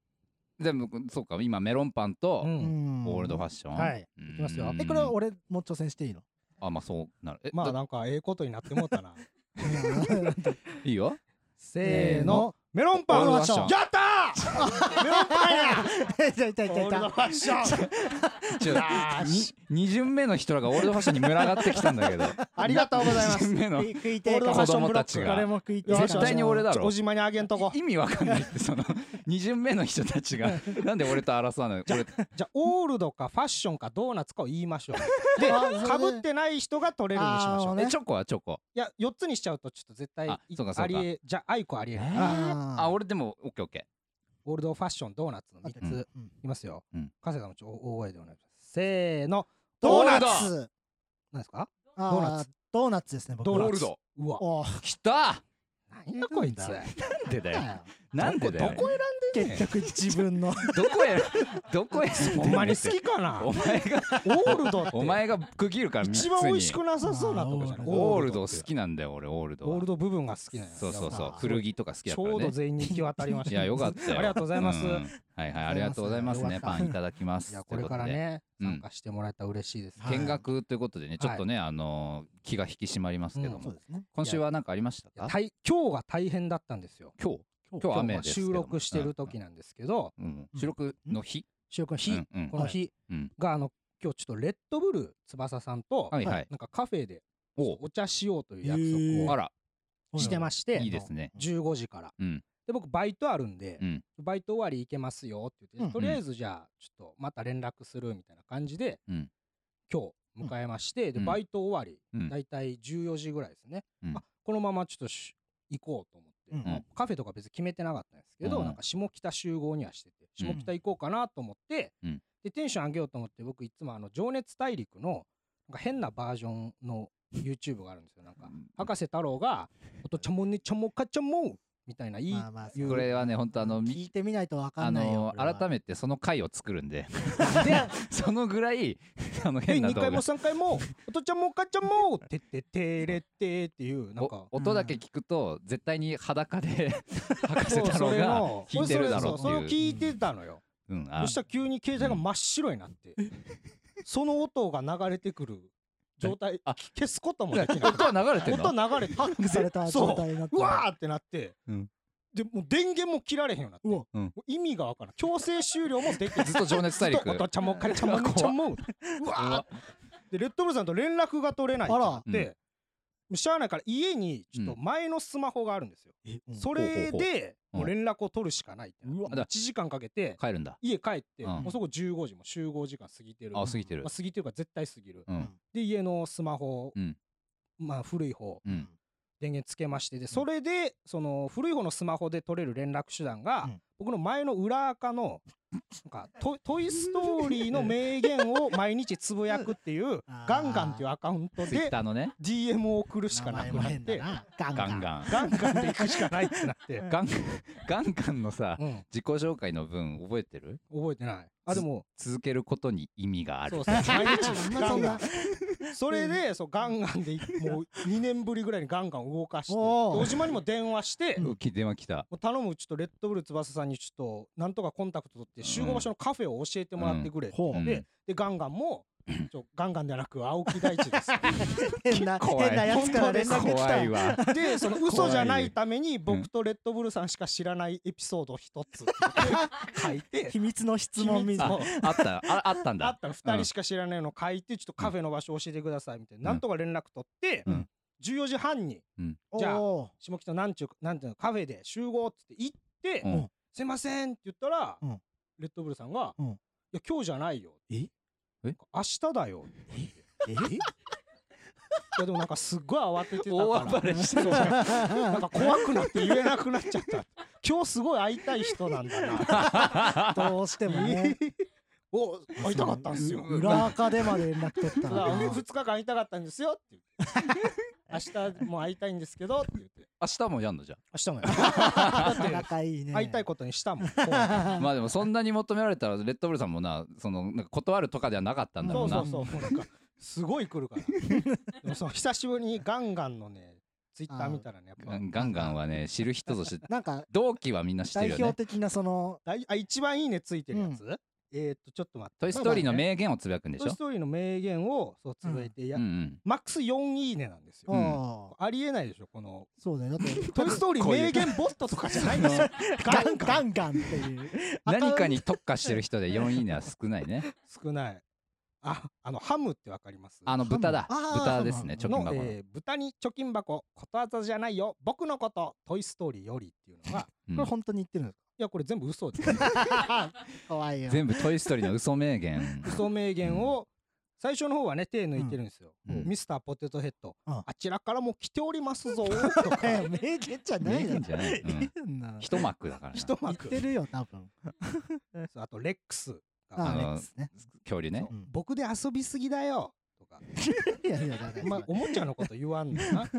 Speaker 2: でもそうか今メロンパンと
Speaker 4: うん
Speaker 3: うん
Speaker 2: オールドファッション
Speaker 4: はい
Speaker 2: い
Speaker 4: きますよ
Speaker 3: えこれは俺も挑戦し ていいの
Speaker 2: あまあそうなるえ
Speaker 4: まあ
Speaker 2: だ
Speaker 4: なんかええことになってもうた な
Speaker 2: いいよ
Speaker 4: せーのメロンパ
Speaker 2: オール
Speaker 4: ン
Speaker 2: ド
Speaker 4: や
Speaker 2: フ
Speaker 4: っ
Speaker 2: ァッション
Speaker 4: たーメロンパンや
Speaker 3: いたいたいたい
Speaker 4: オールド
Speaker 3: た
Speaker 4: ファッション
Speaker 2: ちょ2巡目の人らがオールドファッションに群がってきたんだけど
Speaker 4: ありがとうございます
Speaker 2: 二巡目の
Speaker 3: 食い食いてえ
Speaker 4: オールド
Speaker 3: か
Speaker 4: ファッション
Speaker 2: 子供たちが
Speaker 3: 誰も食いてえか
Speaker 2: 絶対に俺だろ
Speaker 4: おじまにあげんとこ
Speaker 2: 意味わかんないってその二巡目の人た ちがなんで俺と争わない俺
Speaker 4: じゃあオールドかファッションかドーナツかを言いましょうで
Speaker 3: あそうね
Speaker 4: かぶってない人が取れるにしましょ
Speaker 3: あー
Speaker 4: う
Speaker 3: ね
Speaker 2: えチョコはチョコ
Speaker 4: いや4つにしちゃうとちょっと絶対
Speaker 2: あ
Speaker 4: い
Speaker 2: そうかそうか
Speaker 4: ありえじゃあアイコありえないから
Speaker 3: あー
Speaker 2: あ俺でもオッケーオッケ
Speaker 4: オールドファッションドーナツの3
Speaker 2: う
Speaker 4: つ
Speaker 3: うん
Speaker 4: いきますよ
Speaker 2: うん
Speaker 4: 加瀬さんもちょっと大声でお願いしますせーのド
Speaker 3: ド
Speaker 4: ー
Speaker 3: ーナ
Speaker 4: ナ
Speaker 3: ツ
Speaker 4: ツ何ですか
Speaker 3: あ
Speaker 4: ドーナツ
Speaker 3: ドーナツですね僕
Speaker 2: ー
Speaker 4: ド
Speaker 2: オ
Speaker 4: ーナツ
Speaker 2: ールド
Speaker 4: うわ
Speaker 3: お
Speaker 2: きた
Speaker 4: 何やこいつ
Speaker 3: なんだ
Speaker 2: なんでだよ
Speaker 3: ー
Speaker 2: なんでだよ
Speaker 4: どこ選んでんね
Speaker 3: 結局自分 の
Speaker 2: どこへどこへ住ん
Speaker 4: ん
Speaker 2: で
Speaker 4: ほんまに
Speaker 2: だ
Speaker 4: 好
Speaker 2: よ
Speaker 4: きかな
Speaker 2: お前が
Speaker 4: オールドって
Speaker 2: お前が区切るから
Speaker 4: 一番美味しく
Speaker 2: 三
Speaker 4: なさそうなとこじゃない
Speaker 2: つにオール
Speaker 4: っ
Speaker 2: ド
Speaker 4: て
Speaker 2: 好きなんだよ俺オールドは
Speaker 4: オールド部分が好きなんや
Speaker 2: そうそう
Speaker 4: やっ
Speaker 2: そう
Speaker 4: ぱ
Speaker 2: 古着とか好きだ
Speaker 4: ち
Speaker 2: から
Speaker 4: ょうど
Speaker 2: ね
Speaker 4: 全員に行き渡りました
Speaker 2: いやよかったよ
Speaker 4: ありがとうございます
Speaker 2: んはいはい、ありがとうございます
Speaker 4: あり
Speaker 2: ね。
Speaker 4: がとうご
Speaker 2: パ
Speaker 4: ざいます
Speaker 2: ンいただきます。
Speaker 4: いやこれから
Speaker 2: という
Speaker 4: ね
Speaker 2: うん
Speaker 4: 参加してもらえたら嬉しいですね、
Speaker 2: ことで。見学ということでね、
Speaker 4: い
Speaker 2: ちょっとね、あのー気が引き締まりますけど
Speaker 4: うん
Speaker 3: そ
Speaker 2: も
Speaker 3: う。ですね。
Speaker 2: 今週は何かありました
Speaker 4: いや
Speaker 2: か
Speaker 4: 大今日が大変だったんですよ
Speaker 2: 今日今日雨ですけど
Speaker 4: 収
Speaker 2: も
Speaker 4: 録してる時なんですけど、
Speaker 2: うんうん収録の日
Speaker 4: 収録の日、
Speaker 2: うんうん
Speaker 4: この日
Speaker 2: うん
Speaker 4: があの今日ちょっとレッドブル翼さんと、
Speaker 2: はいはい。
Speaker 4: なんかカフェで
Speaker 2: お
Speaker 4: お茶しようという
Speaker 3: へ
Speaker 4: 約
Speaker 3: ー
Speaker 4: 束
Speaker 2: あら、
Speaker 4: をしてまして、
Speaker 2: いいですね。
Speaker 4: 15時から、
Speaker 2: うん
Speaker 4: で僕バイトあるんで、
Speaker 2: うん
Speaker 4: バイト終わり行けますよって言って、
Speaker 3: うん
Speaker 4: とりあえずじゃあちょっとまた連絡するみたいな感じで、
Speaker 2: うん
Speaker 4: 今日迎えまして、で
Speaker 2: うん
Speaker 4: バイト終わり、
Speaker 2: うん
Speaker 4: だいたい14時ぐらいですね、
Speaker 2: うん
Speaker 4: あこのままちょっとし行こうと思って、
Speaker 3: うん
Speaker 4: もうカフェとか別に決めてなかったんですけど、
Speaker 2: うん
Speaker 4: なんか下北集合にはしてて
Speaker 2: う
Speaker 4: 下
Speaker 2: ん
Speaker 4: 北行こうかなと思って、
Speaker 2: うん
Speaker 4: でテンション上げようと思って僕いつもあの情熱大陸のなんか変なバージョンの YouTube があるんですよなんか博士太郎が「おとちゃもねちゃもかちゃも」みたいないい
Speaker 3: まあまあ
Speaker 4: いう
Speaker 2: これはね、本当あの、み
Speaker 3: 聞いてみないとわか
Speaker 2: あ
Speaker 3: んない
Speaker 2: の
Speaker 3: よ。
Speaker 2: ー改
Speaker 3: め
Speaker 2: めてその回を作るんで そのぐらいあの
Speaker 4: で
Speaker 2: 変な
Speaker 4: 2
Speaker 2: 動
Speaker 4: 回
Speaker 2: 画
Speaker 4: も3回も「おとちゃもかちゃも」てっててれってっていうなんか
Speaker 2: お音だけ聞くと絶対に裸で 博士太郎
Speaker 4: れ
Speaker 2: が
Speaker 4: の
Speaker 2: 弾いてるだろうって
Speaker 4: それを
Speaker 2: いう。
Speaker 4: 聞いてたのよ
Speaker 2: うんあ
Speaker 4: そしたら急に携帯が真っ白になってその音が流れてくる状態
Speaker 2: あ
Speaker 4: 消すこともでき ない
Speaker 2: 音は流れてんの
Speaker 4: 音流れて
Speaker 3: て。された状態になって
Speaker 4: う
Speaker 3: る。
Speaker 4: わーってなって、
Speaker 2: うん
Speaker 4: でもう電源も切られへんようになって
Speaker 3: うわ
Speaker 2: うん
Speaker 4: もう意味がわからん強制終了もできず
Speaker 2: ずっと情熱大陸
Speaker 4: おとちゃんもかれちゃんもにちゃんも うわーってでレッドブルさんと連絡が取れないってなって
Speaker 2: あら
Speaker 4: もうしゃあないから家にちょっと前のスマホがあるんですよ、
Speaker 3: えうん
Speaker 4: それ
Speaker 2: ほうほ
Speaker 4: で
Speaker 2: うん
Speaker 4: もう連絡を取るしかないってなって
Speaker 3: うわ
Speaker 4: もう1時間かけて
Speaker 2: 帰るんだ。
Speaker 4: 家帰って、
Speaker 2: うん
Speaker 4: もうそこ15時も集合時間過ぎてる
Speaker 2: あ過ぎてる
Speaker 4: まあ、。過ぎてるから絶対過ぎる、
Speaker 2: うん
Speaker 4: で家のスマホ、
Speaker 2: うん
Speaker 4: まあ古い方
Speaker 2: うん
Speaker 4: 電源つけましてでそれでその古い方のスマホで取れる連絡手段が
Speaker 3: うん
Speaker 4: 僕の前の裏垢のなんかト「トイ・ストーリー」の名言を毎日つぶやくっていう
Speaker 3: あー
Speaker 4: ガンガンっていうアカウント
Speaker 2: ツイッ
Speaker 4: で
Speaker 2: ターのね
Speaker 4: DM を送るしかな
Speaker 3: 名前
Speaker 4: く
Speaker 3: も
Speaker 4: なっ
Speaker 3: 変だ
Speaker 4: て
Speaker 3: な。ガンガ
Speaker 2: ガンガン。
Speaker 3: ン。
Speaker 4: ガンガンで行くしかないってなって、
Speaker 2: ガンガンガンのさ
Speaker 4: うん、
Speaker 2: 自己紹介の分覚えてる
Speaker 4: 覚えてないあでも
Speaker 2: 続けることに意味がある
Speaker 4: そう。そう毎日
Speaker 3: まあ
Speaker 4: ガ
Speaker 3: そ
Speaker 4: ン
Speaker 3: ん
Speaker 4: ガ
Speaker 3: な
Speaker 4: ンそれでそうガンガンでもう2年ぶりぐらいにガンガン動かして
Speaker 3: おー
Speaker 4: 小島にも電話して
Speaker 2: うき電話来た。
Speaker 4: もう頼むちょっとレッドブル翼さんにちょっとなんとかコンタクト取って
Speaker 2: ん
Speaker 4: 集合場所のカフェを教えてもらってくれって
Speaker 3: ほう
Speaker 4: で,、
Speaker 2: うん
Speaker 4: でガンガンもちょガンガンではなく青木大地です
Speaker 3: 変な
Speaker 2: 怖い
Speaker 3: 変なやつから連絡来
Speaker 2: 怖い
Speaker 3: た。
Speaker 2: わ。
Speaker 4: でその嘘じゃないために僕とレッドブルさんしか知らないエピソードを一つ書いて
Speaker 3: 秘密の質問みたい
Speaker 4: 秘
Speaker 3: な
Speaker 2: あ
Speaker 4: 密。
Speaker 2: あったああったん
Speaker 4: あ
Speaker 2: だ
Speaker 4: っ。たら2人しか知らないのを書いてちょっとカフェの場所教えてくださいみたいな、なんとか連絡取って、
Speaker 2: うん
Speaker 4: 14時半にじゃあ
Speaker 3: おー
Speaker 4: 下北なんちゅうなんていうのカフェで集合っつって行って、
Speaker 2: うん
Speaker 4: すいませんって言ったら、
Speaker 3: うん
Speaker 4: レッドブルさんが、
Speaker 3: うん
Speaker 4: いや今日じゃないよ
Speaker 3: え
Speaker 4: 明日だよ
Speaker 3: え
Speaker 4: いやでもなんかすっごい慌ててた
Speaker 2: 大
Speaker 4: か
Speaker 2: 暴れ
Speaker 4: ら
Speaker 2: して
Speaker 4: そうなんか怖くなって言えなくなっちゃった今日すごい会いたい人なんだな
Speaker 3: どうしてもね。
Speaker 4: お会いたかったんですよ
Speaker 3: 裏垢でまで連絡取ったらな。
Speaker 4: 2日間会いたかったんですよって言って明日も会いたいんですけどって言って
Speaker 2: 明日もやんのじゃん。
Speaker 4: 明日もや
Speaker 3: な
Speaker 4: るだ
Speaker 3: か
Speaker 4: っ
Speaker 3: な
Speaker 4: て
Speaker 3: かいいね。
Speaker 4: 会いたいことにしたもんこう
Speaker 2: まあでもそんなに求められたらレッドブルさんもなそのなんか断るとかではなかったんだろ
Speaker 4: そうう
Speaker 2: な
Speaker 4: そうそうもうなんかすごい来る からでもその久しぶりにガンガンのねツイッター見たらねやっ
Speaker 2: ガ
Speaker 4: ぱ
Speaker 2: ンガンガンはね知る人ぞ 知る
Speaker 3: なんか
Speaker 2: 同期はみんな知って
Speaker 3: 代
Speaker 2: るよ
Speaker 3: 表
Speaker 2: ね
Speaker 3: 的なその
Speaker 4: 大あ一番いいねついてるやつ、えーっとちょっと待って
Speaker 2: トイ・ストーリーの名言をつぶやくんでし
Speaker 4: トイ・
Speaker 2: ょ
Speaker 4: ストーリーの名言をそうつぶえて、いや
Speaker 2: うんうん
Speaker 4: マックス4いいねなんですよ、
Speaker 2: うん
Speaker 3: ああ
Speaker 4: ありえないでしょこ の
Speaker 3: そうだよ だって
Speaker 4: 「トイ・ストーリー
Speaker 2: こういう
Speaker 4: 名言ボット」とかじゃないんですよガンガ
Speaker 3: ガ
Speaker 4: ン
Speaker 3: ンガンっていう
Speaker 2: 何かに特化してる人で4いいねは少ないね
Speaker 4: 少ないああのハムってわかります
Speaker 2: あの豚だ
Speaker 3: ハムあー
Speaker 2: 豚ですね
Speaker 3: そ
Speaker 2: 貯
Speaker 3: う
Speaker 4: の
Speaker 2: 金箱の
Speaker 4: えー豚に貯金箱ことわざじゃないよ僕のこと「トイ・ストーリーより」っていうのが
Speaker 2: うん
Speaker 3: これ本当に言ってるんです
Speaker 4: いやこれ全部嘘です
Speaker 3: か 怖いよ
Speaker 2: 全部トイ・ストーリーの嘘名 言
Speaker 4: 嘘名言を最初の方はね手抜いてるんですよ、
Speaker 2: うん
Speaker 4: ミスターポテトヘッド、
Speaker 3: うん
Speaker 4: あちらからも来ておりますぞーと か
Speaker 3: え名言じゃない
Speaker 2: 名
Speaker 3: だろ
Speaker 2: 言じゃない うん
Speaker 3: 言うんな
Speaker 2: 一幕だからな
Speaker 4: 一
Speaker 3: 言っ
Speaker 4: 幕
Speaker 3: てるよ多分
Speaker 4: あとレックス
Speaker 3: あ
Speaker 4: が
Speaker 2: の
Speaker 3: あレックスね
Speaker 2: 恐竜ね
Speaker 4: そう
Speaker 3: うん
Speaker 4: 僕で遊びすぎだよとか、
Speaker 3: いやいやだから
Speaker 4: まあ、おもちゃのこと言わんのなで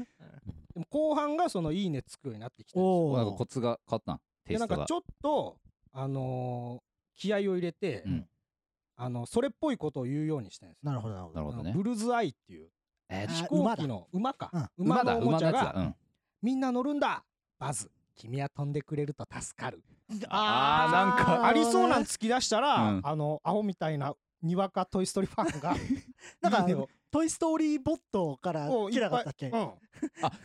Speaker 4: も後半がそのいいねつくようになってきてるんですよ
Speaker 3: お
Speaker 2: なんか
Speaker 3: お
Speaker 2: コツが変わったんテイ
Speaker 4: でな
Speaker 2: ス
Speaker 4: ん
Speaker 2: ト
Speaker 4: か
Speaker 2: が
Speaker 4: ちょっとあのー気合を入れて、
Speaker 2: うん
Speaker 4: あのそれっぽいことを言うようにしたんですよ
Speaker 3: なるほどなるほ
Speaker 2: な
Speaker 3: ど
Speaker 2: るほどね
Speaker 4: ブルズアイっていう
Speaker 2: えー
Speaker 3: あ
Speaker 4: 飛行機の馬か、
Speaker 3: うん
Speaker 4: 馬
Speaker 2: 馬
Speaker 4: の
Speaker 2: だ
Speaker 4: おも
Speaker 2: 馬
Speaker 4: ち
Speaker 2: のや
Speaker 4: ゃ
Speaker 2: つ
Speaker 4: が
Speaker 2: だ
Speaker 4: みんな乗るんだバズ君は飛んでくれると助かる。
Speaker 2: あーなんか
Speaker 3: ー
Speaker 4: ありそうなん突き出したら、
Speaker 2: うん
Speaker 4: あのアホみたいなにわかトイ・ストーリーファンが
Speaker 3: なんか
Speaker 4: いいねを
Speaker 3: トイ・ストーリーボットから
Speaker 4: お
Speaker 3: 来なかったっけ
Speaker 4: うん
Speaker 2: あ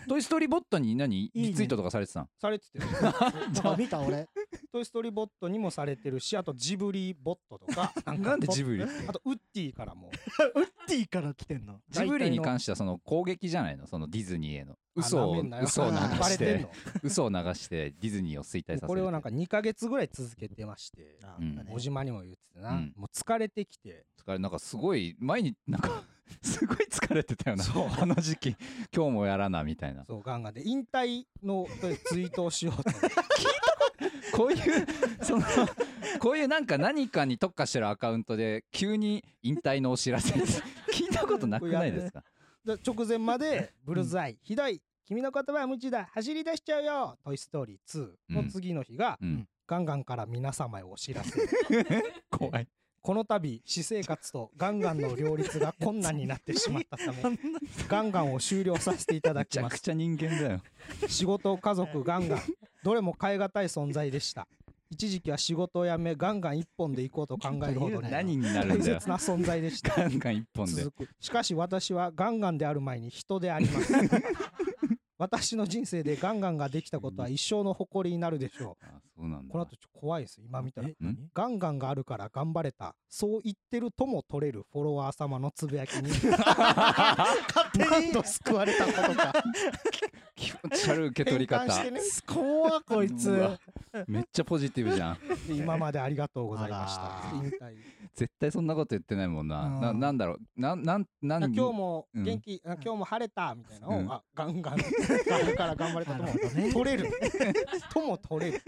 Speaker 2: トイ・ストーリーボットに何
Speaker 3: いね
Speaker 2: リツイートとかされてたん
Speaker 4: されてて
Speaker 3: なんか見た俺
Speaker 4: トイ・ストーリーボットにもされてるしあとジブリボットと かなんか
Speaker 2: なんでジブリ
Speaker 4: あとウッディからも
Speaker 3: ウッディから来てんの
Speaker 2: ジブリに関してはその攻撃じゃないのそのディズニーへの嘘
Speaker 4: あな
Speaker 2: を
Speaker 4: めんなよ
Speaker 2: 嘘を流
Speaker 3: あー
Speaker 4: バ
Speaker 2: し
Speaker 4: レてん
Speaker 2: て
Speaker 4: の
Speaker 2: 嘘を流してディズニーを衰退させる
Speaker 4: これをなんか2ヶ月ぐらい続けてまして
Speaker 3: あ
Speaker 2: うん
Speaker 3: なんかね
Speaker 4: 小島にも言っててな、
Speaker 2: うん
Speaker 4: もう疲れてきて
Speaker 2: 疲れなんか すごい前になんかすごい疲れてたよなあの時期今日もやらなみたいな
Speaker 4: そうガンガンで引退のとりあえずツイートをしようと思って
Speaker 2: こういうその こういうなんか何かに特化してるアカウントで急に引退のお知 らせ聞いたことなくないですか
Speaker 4: で直前まで「ブルズアイ、ひどい君の言葉は無知だ走り出しちゃうよトイ・ストーリー2」の次の日が、
Speaker 2: うん
Speaker 4: ガンガンから皆様へお知らせ
Speaker 2: 怖い
Speaker 4: この度私生活とガンガンの両立が困難になってしまったた めガンガンを終了させていただ
Speaker 2: め
Speaker 4: き
Speaker 2: ちゃ
Speaker 4: ま
Speaker 2: く
Speaker 4: す
Speaker 2: ちゃ人間だよ
Speaker 4: 仕事家族ガンガンどれも変え難い存在でした一時期は仕事を辞めガンガン一本で行こうと考えるほどに
Speaker 2: 何になる
Speaker 4: 大
Speaker 2: んだよ
Speaker 4: 切な存在でした
Speaker 2: ガンガン一本で
Speaker 4: 続くしかし私はガンガンである前に人であります 私の人生でガンガンができたことは一生の誇りになるでしょ
Speaker 2: あそうな
Speaker 4: う
Speaker 2: んだ
Speaker 4: この後ちょっと怖いです今見たら
Speaker 3: え何
Speaker 4: ガンガンがあるから頑張れたそう言ってるとも取れるフォロワー様のつぶやき に
Speaker 3: 勝手
Speaker 4: なん
Speaker 3: に
Speaker 4: と救われたことか
Speaker 2: 気持ち悪い受け取り
Speaker 4: 転換
Speaker 2: 方
Speaker 4: してね
Speaker 3: 怖っこいうつ
Speaker 2: わめっちゃポジティブじゃん
Speaker 4: で今までありがとうございました
Speaker 3: あら
Speaker 4: 引退
Speaker 2: 絶対そんなこと言ってないもんなな
Speaker 4: うん
Speaker 2: なんだろうなんなんなん
Speaker 4: 今日も
Speaker 2: うん
Speaker 4: 元気、あ今日も晴れたみたいなのを、
Speaker 2: うん
Speaker 4: あガンガンガンから頑張れたとも
Speaker 3: なるほどね
Speaker 4: 取れるとも取れる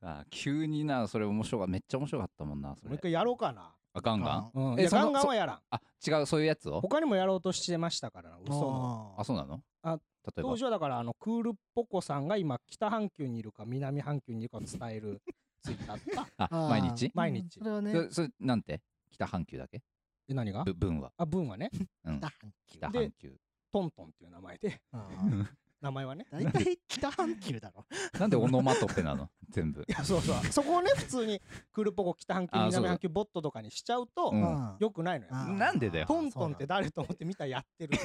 Speaker 2: さあ急になそれ面白かっためっちゃ面白かったもんなそ
Speaker 4: もう
Speaker 2: れ
Speaker 4: 一回やろうかな、
Speaker 2: あガンガン
Speaker 4: うん、
Speaker 2: え
Speaker 4: いや
Speaker 2: その
Speaker 4: ガンガンはやらん
Speaker 2: あ違うそういうやつを
Speaker 4: 他にもやろうとしてましたからな嘘の
Speaker 3: あー
Speaker 2: あそうなの
Speaker 4: あ
Speaker 2: 例えば
Speaker 4: 当時はだからあのクールポコさんが今北半球にいるか南半球にいるかを伝え るツイッターだった
Speaker 2: あ
Speaker 3: あー
Speaker 2: 毎日
Speaker 4: 毎日
Speaker 3: うんそれはね
Speaker 2: そそ れなんて北半球だけ
Speaker 4: え何が
Speaker 2: ぶ文は、
Speaker 4: あ文はね
Speaker 2: うん、
Speaker 3: だ
Speaker 2: 北半球
Speaker 4: トントンっていう名前で
Speaker 3: あ
Speaker 2: う
Speaker 3: ー
Speaker 2: ん
Speaker 4: 名前はね
Speaker 3: 大体北半球だろ
Speaker 2: なんでオノマトペ なの全部
Speaker 4: いやそうそうそこをね普通にクールポコ北半球
Speaker 2: あそうだ
Speaker 4: 南半球ボットとかにしちゃうと、
Speaker 2: うん
Speaker 3: あー
Speaker 4: よくないのよ
Speaker 3: あー
Speaker 2: なんでだよ
Speaker 4: トントンって誰と思って見たらやってる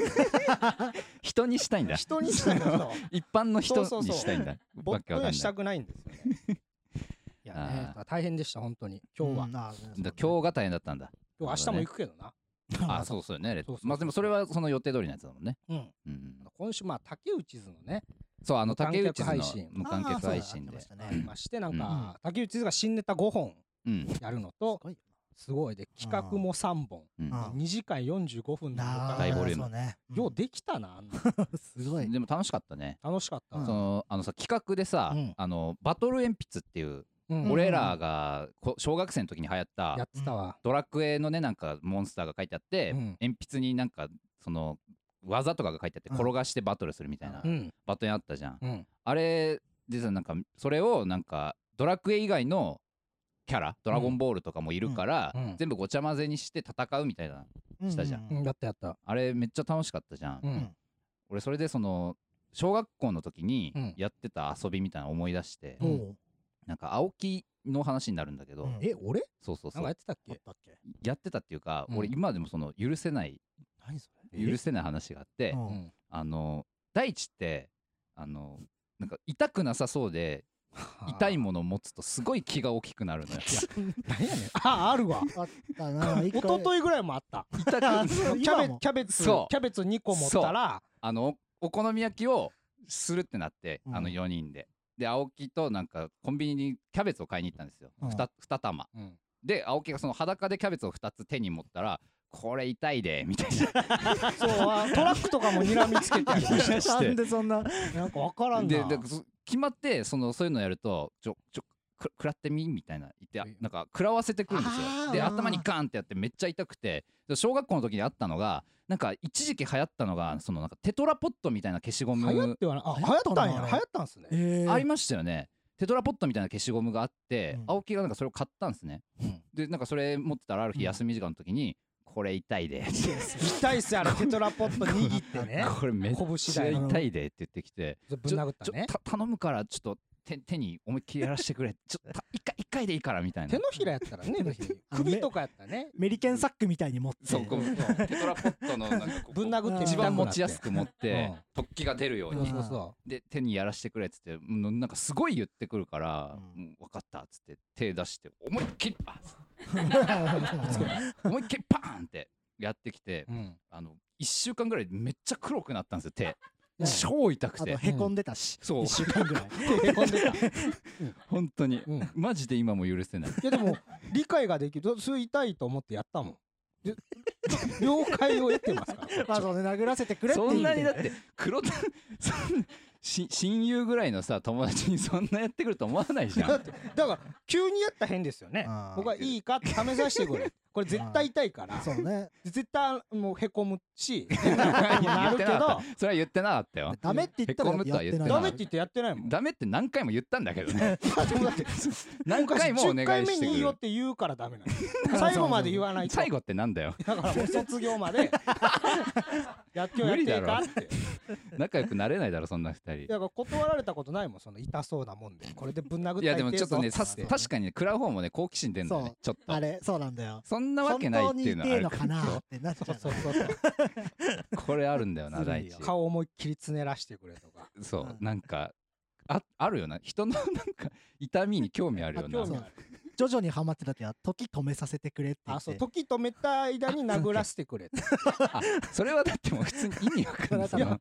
Speaker 2: 人にしたいん だ
Speaker 4: 人にしたい のと
Speaker 2: 一般の人
Speaker 4: そうそう
Speaker 2: に
Speaker 4: そう
Speaker 2: したいんだ
Speaker 4: ボ
Speaker 2: わ
Speaker 4: ッ
Speaker 2: け
Speaker 4: ト
Speaker 2: わ
Speaker 4: に
Speaker 2: かんな
Speaker 4: はいしたくないんですよねいやね
Speaker 2: あー
Speaker 4: だから大変でした本当に今
Speaker 3: そう
Speaker 4: 日は、
Speaker 3: なんだうんあー
Speaker 2: だ今日が大変だったんだ
Speaker 4: 今日明日も行くけどな、
Speaker 2: あそうそうよねレッ
Speaker 4: そうそうそう
Speaker 2: まあでもそれはその予定通りのやつだもんね
Speaker 4: うん、
Speaker 2: うんうん
Speaker 4: 今週まあ竹内図のね
Speaker 2: そうあの
Speaker 4: 無観
Speaker 2: 竹
Speaker 4: 客
Speaker 2: 内図
Speaker 4: 配
Speaker 2: の
Speaker 4: 信
Speaker 2: 無観客配信で
Speaker 3: そうだ
Speaker 4: あ
Speaker 3: や
Speaker 4: り
Speaker 3: ってましたね
Speaker 4: ましてなん
Speaker 2: う
Speaker 4: か竹内図が新ネタ5本
Speaker 2: うん
Speaker 4: やるのと
Speaker 3: すごいよ
Speaker 4: すごいで企画も3本
Speaker 2: うん
Speaker 3: あ
Speaker 4: 2時間45分だ
Speaker 3: な
Speaker 2: 大ボリューム
Speaker 3: そうねうん
Speaker 4: ようできたなあんな
Speaker 3: すごい
Speaker 2: でも楽しかったね
Speaker 4: 楽しかった
Speaker 3: うん
Speaker 2: そのあのさ企画でさ
Speaker 3: うん
Speaker 2: あのバトル鉛筆っていう
Speaker 4: うん
Speaker 2: 俺らがこ小学生の時に流行っ
Speaker 4: やったてたわ
Speaker 2: ドラクエのねなんかモンスターが書いてあって
Speaker 4: うん
Speaker 2: 鉛筆になんかその技とかが書いてあって
Speaker 3: うん
Speaker 2: 転がしてバトルするみたいな
Speaker 4: うん
Speaker 2: バトンあったじゃん
Speaker 4: うん
Speaker 2: あれでさなんかそれをなんかドラクエ以外のキャラドラゴンボールとかもいるから
Speaker 4: うんうん
Speaker 2: 全部ごちゃ混ぜにして戦うみたいなしたじゃん
Speaker 4: うんやったやった
Speaker 2: あれめっちゃ楽しかったじゃん
Speaker 4: うん
Speaker 2: 俺それでその小学校の時
Speaker 4: う
Speaker 2: に
Speaker 4: ん
Speaker 2: やってた遊びみたいなの思い出して
Speaker 4: うん
Speaker 3: も
Speaker 2: なんか青木の話になるんだけど、
Speaker 3: うん
Speaker 4: え俺
Speaker 2: そうそ
Speaker 4: な
Speaker 2: うそ
Speaker 4: んかや
Speaker 2: う
Speaker 4: ってたっ
Speaker 3: う
Speaker 4: け
Speaker 3: あったっけ
Speaker 2: やってたっていうか、
Speaker 4: うん
Speaker 2: 俺今でもその許せない
Speaker 3: 何それ
Speaker 2: 許せない話があって、
Speaker 3: うん
Speaker 4: うん
Speaker 2: あの大地ってあのなんか痛くなさそうで痛いものを持つとすごい気が大きくなるの よ
Speaker 4: なんやねんああるわ
Speaker 3: あったな一
Speaker 4: 一
Speaker 3: 回
Speaker 4: 昨日ぐらいもあった
Speaker 2: 痛く
Speaker 3: あ
Speaker 4: キ
Speaker 3: そう
Speaker 4: ャ
Speaker 3: 今
Speaker 4: ベ
Speaker 3: も
Speaker 4: キャベツキ
Speaker 2: そう
Speaker 4: ャベツ2個持ったら
Speaker 2: あのおお好み焼きをするってなって、
Speaker 3: うん
Speaker 2: あの4人でで青木となんかコンビニにキャベツを買いに行ったんですよ、
Speaker 3: う
Speaker 2: 二
Speaker 3: ん
Speaker 2: 2, 玉
Speaker 4: うん
Speaker 2: で青木がその裸でキャベツを2つ手に持ったらこれ痛いでみたいな
Speaker 4: そうあトラックとかも睨みつけてやりま した
Speaker 3: なんでそんな
Speaker 4: なんかわからん
Speaker 2: で
Speaker 4: な
Speaker 2: でそ決まってそのそういうのやるとちょちょく食らってみみたいな言っ
Speaker 4: え
Speaker 2: てなんか食らわせてくるんです
Speaker 3: あ
Speaker 2: よ
Speaker 3: ー
Speaker 2: で頭にガーンってやってめっちゃ痛くてで小学校の時にあったのがなんか一時期流行ったのがそのなんかテトラポットみたいな消しゴ
Speaker 4: 流行っ
Speaker 2: ム
Speaker 4: てはなあ流
Speaker 3: 流行
Speaker 4: 行
Speaker 3: っ
Speaker 4: ったた
Speaker 3: なん
Speaker 4: や
Speaker 3: あ
Speaker 4: 流
Speaker 3: れ
Speaker 4: 行ったんすね
Speaker 3: え
Speaker 2: ありましたよねテトラポットみたいな消しゴムがあって、
Speaker 3: うん
Speaker 2: 青木がなんかそれを買ったんですね、
Speaker 4: うん
Speaker 2: でなんかそれ持ってたらある日休み時間の時に、これ痛いで
Speaker 4: 痛いっすよあのテトラポット握って ね
Speaker 2: これめっち
Speaker 4: 拳だ
Speaker 2: ゃ
Speaker 4: よ
Speaker 2: 痛いでって言ってきて
Speaker 4: ぶん殴った
Speaker 2: ちょ
Speaker 4: ね
Speaker 2: た頼むからちょっと手手に思いっきりやらせて くれちょた一回一回でいいからみたい
Speaker 4: 手
Speaker 2: な
Speaker 4: のひらやったらね手のひら
Speaker 3: あ
Speaker 4: 首とかやったらね
Speaker 3: メリケンサックみたいに持って
Speaker 2: そうこうテトラポット のなんかこう
Speaker 4: ぶん殴って
Speaker 2: 一番持ちやす
Speaker 4: く
Speaker 2: く持って
Speaker 4: うん
Speaker 2: 突起が出るよう
Speaker 4: そう
Speaker 2: に
Speaker 4: そうそ
Speaker 2: で手にやらしてくれっつってうんなんかすごい言ってくるから「
Speaker 3: うん
Speaker 2: うん分かった」っつって手出して思いっきりパン
Speaker 4: う
Speaker 2: 思いっきりパーンってやってきて
Speaker 4: ううん
Speaker 2: あの1週間ぐらいめっちゃ黒くなったんですよ手
Speaker 4: うん
Speaker 2: 超痛
Speaker 3: あ
Speaker 2: く
Speaker 3: と
Speaker 2: て
Speaker 3: へこんでたし、
Speaker 2: そう
Speaker 3: 1週間ぐらい
Speaker 4: へこんでた
Speaker 2: 本当に
Speaker 4: うんい
Speaker 2: マジで今も許せない
Speaker 4: やでも理解ができるそれ痛いと思ってやったもん で了解を得て ますから
Speaker 3: まあそうね殴らせてくれって
Speaker 2: そ
Speaker 3: 言
Speaker 2: んな
Speaker 3: っ
Speaker 2: に
Speaker 3: て
Speaker 2: だって黒たそんなし親友ぐらいのさ友達にそんなやってくると思わない じゃ
Speaker 4: だっ
Speaker 2: ん
Speaker 4: てだから急にやったら変ですよね
Speaker 3: あー
Speaker 4: 僕はいいかって試させてくれこれ絶対痛いから
Speaker 3: そうね
Speaker 4: 絶対もうへこむし
Speaker 2: 言
Speaker 4: な
Speaker 2: っ
Speaker 4: るけ
Speaker 2: てなか
Speaker 4: ど
Speaker 2: ったそれは言ってなかったよ
Speaker 3: ダメって言ったら
Speaker 2: へこむとは言ってない
Speaker 4: ダメって言ってやってないもん
Speaker 2: ダメって何回も言ったんだけどね
Speaker 4: でもだって
Speaker 2: 何回もお
Speaker 4: 10
Speaker 2: 願
Speaker 4: 回
Speaker 2: い
Speaker 4: 目
Speaker 2: して
Speaker 4: にいいよ
Speaker 2: く
Speaker 4: っ
Speaker 2: る
Speaker 4: て言うからダメ なの最後まで言わないと
Speaker 2: 最後ってなんだよ
Speaker 4: だからもう卒業ま でやってよやっていいかって
Speaker 2: 仲良くなれないだろそんな二人
Speaker 4: だから断られたことないもんその痛そうなもんでこれでぶん殴った
Speaker 2: いやでもちょっとね
Speaker 4: 痛
Speaker 2: さ
Speaker 4: いぞ
Speaker 2: す確かにね食らう方もね好奇心出んだよねちょっ
Speaker 3: あ
Speaker 2: と
Speaker 3: れそうなんだよ
Speaker 2: そんなわ
Speaker 3: 本
Speaker 2: けないっ
Speaker 3: 当
Speaker 2: て
Speaker 3: に
Speaker 2: いう
Speaker 3: 痛
Speaker 2: のはあ
Speaker 3: え
Speaker 2: る
Speaker 3: の
Speaker 2: か
Speaker 3: かな
Speaker 2: ら
Speaker 3: ってなっち
Speaker 4: そ
Speaker 3: ゃ
Speaker 4: う
Speaker 3: う
Speaker 4: そうそうそう
Speaker 2: これあるんだよな
Speaker 3: ずる
Speaker 2: 第
Speaker 3: い
Speaker 2: 一
Speaker 3: よ
Speaker 4: 顔思いっきりつねらしてくれとか
Speaker 2: そう
Speaker 3: うん
Speaker 2: なんかああるよな人のなんか痛みに興味あるよ
Speaker 4: あ興味
Speaker 2: な
Speaker 4: ある
Speaker 3: 徐々にハマってた時は時止めさせてくれって言
Speaker 4: あ
Speaker 3: っ
Speaker 4: そう
Speaker 3: て
Speaker 4: 時止めた間に殴らせてくれって
Speaker 2: あそれはだってもう普通に意味わかんない
Speaker 3: そ
Speaker 2: そ
Speaker 3: れ
Speaker 2: の
Speaker 3: は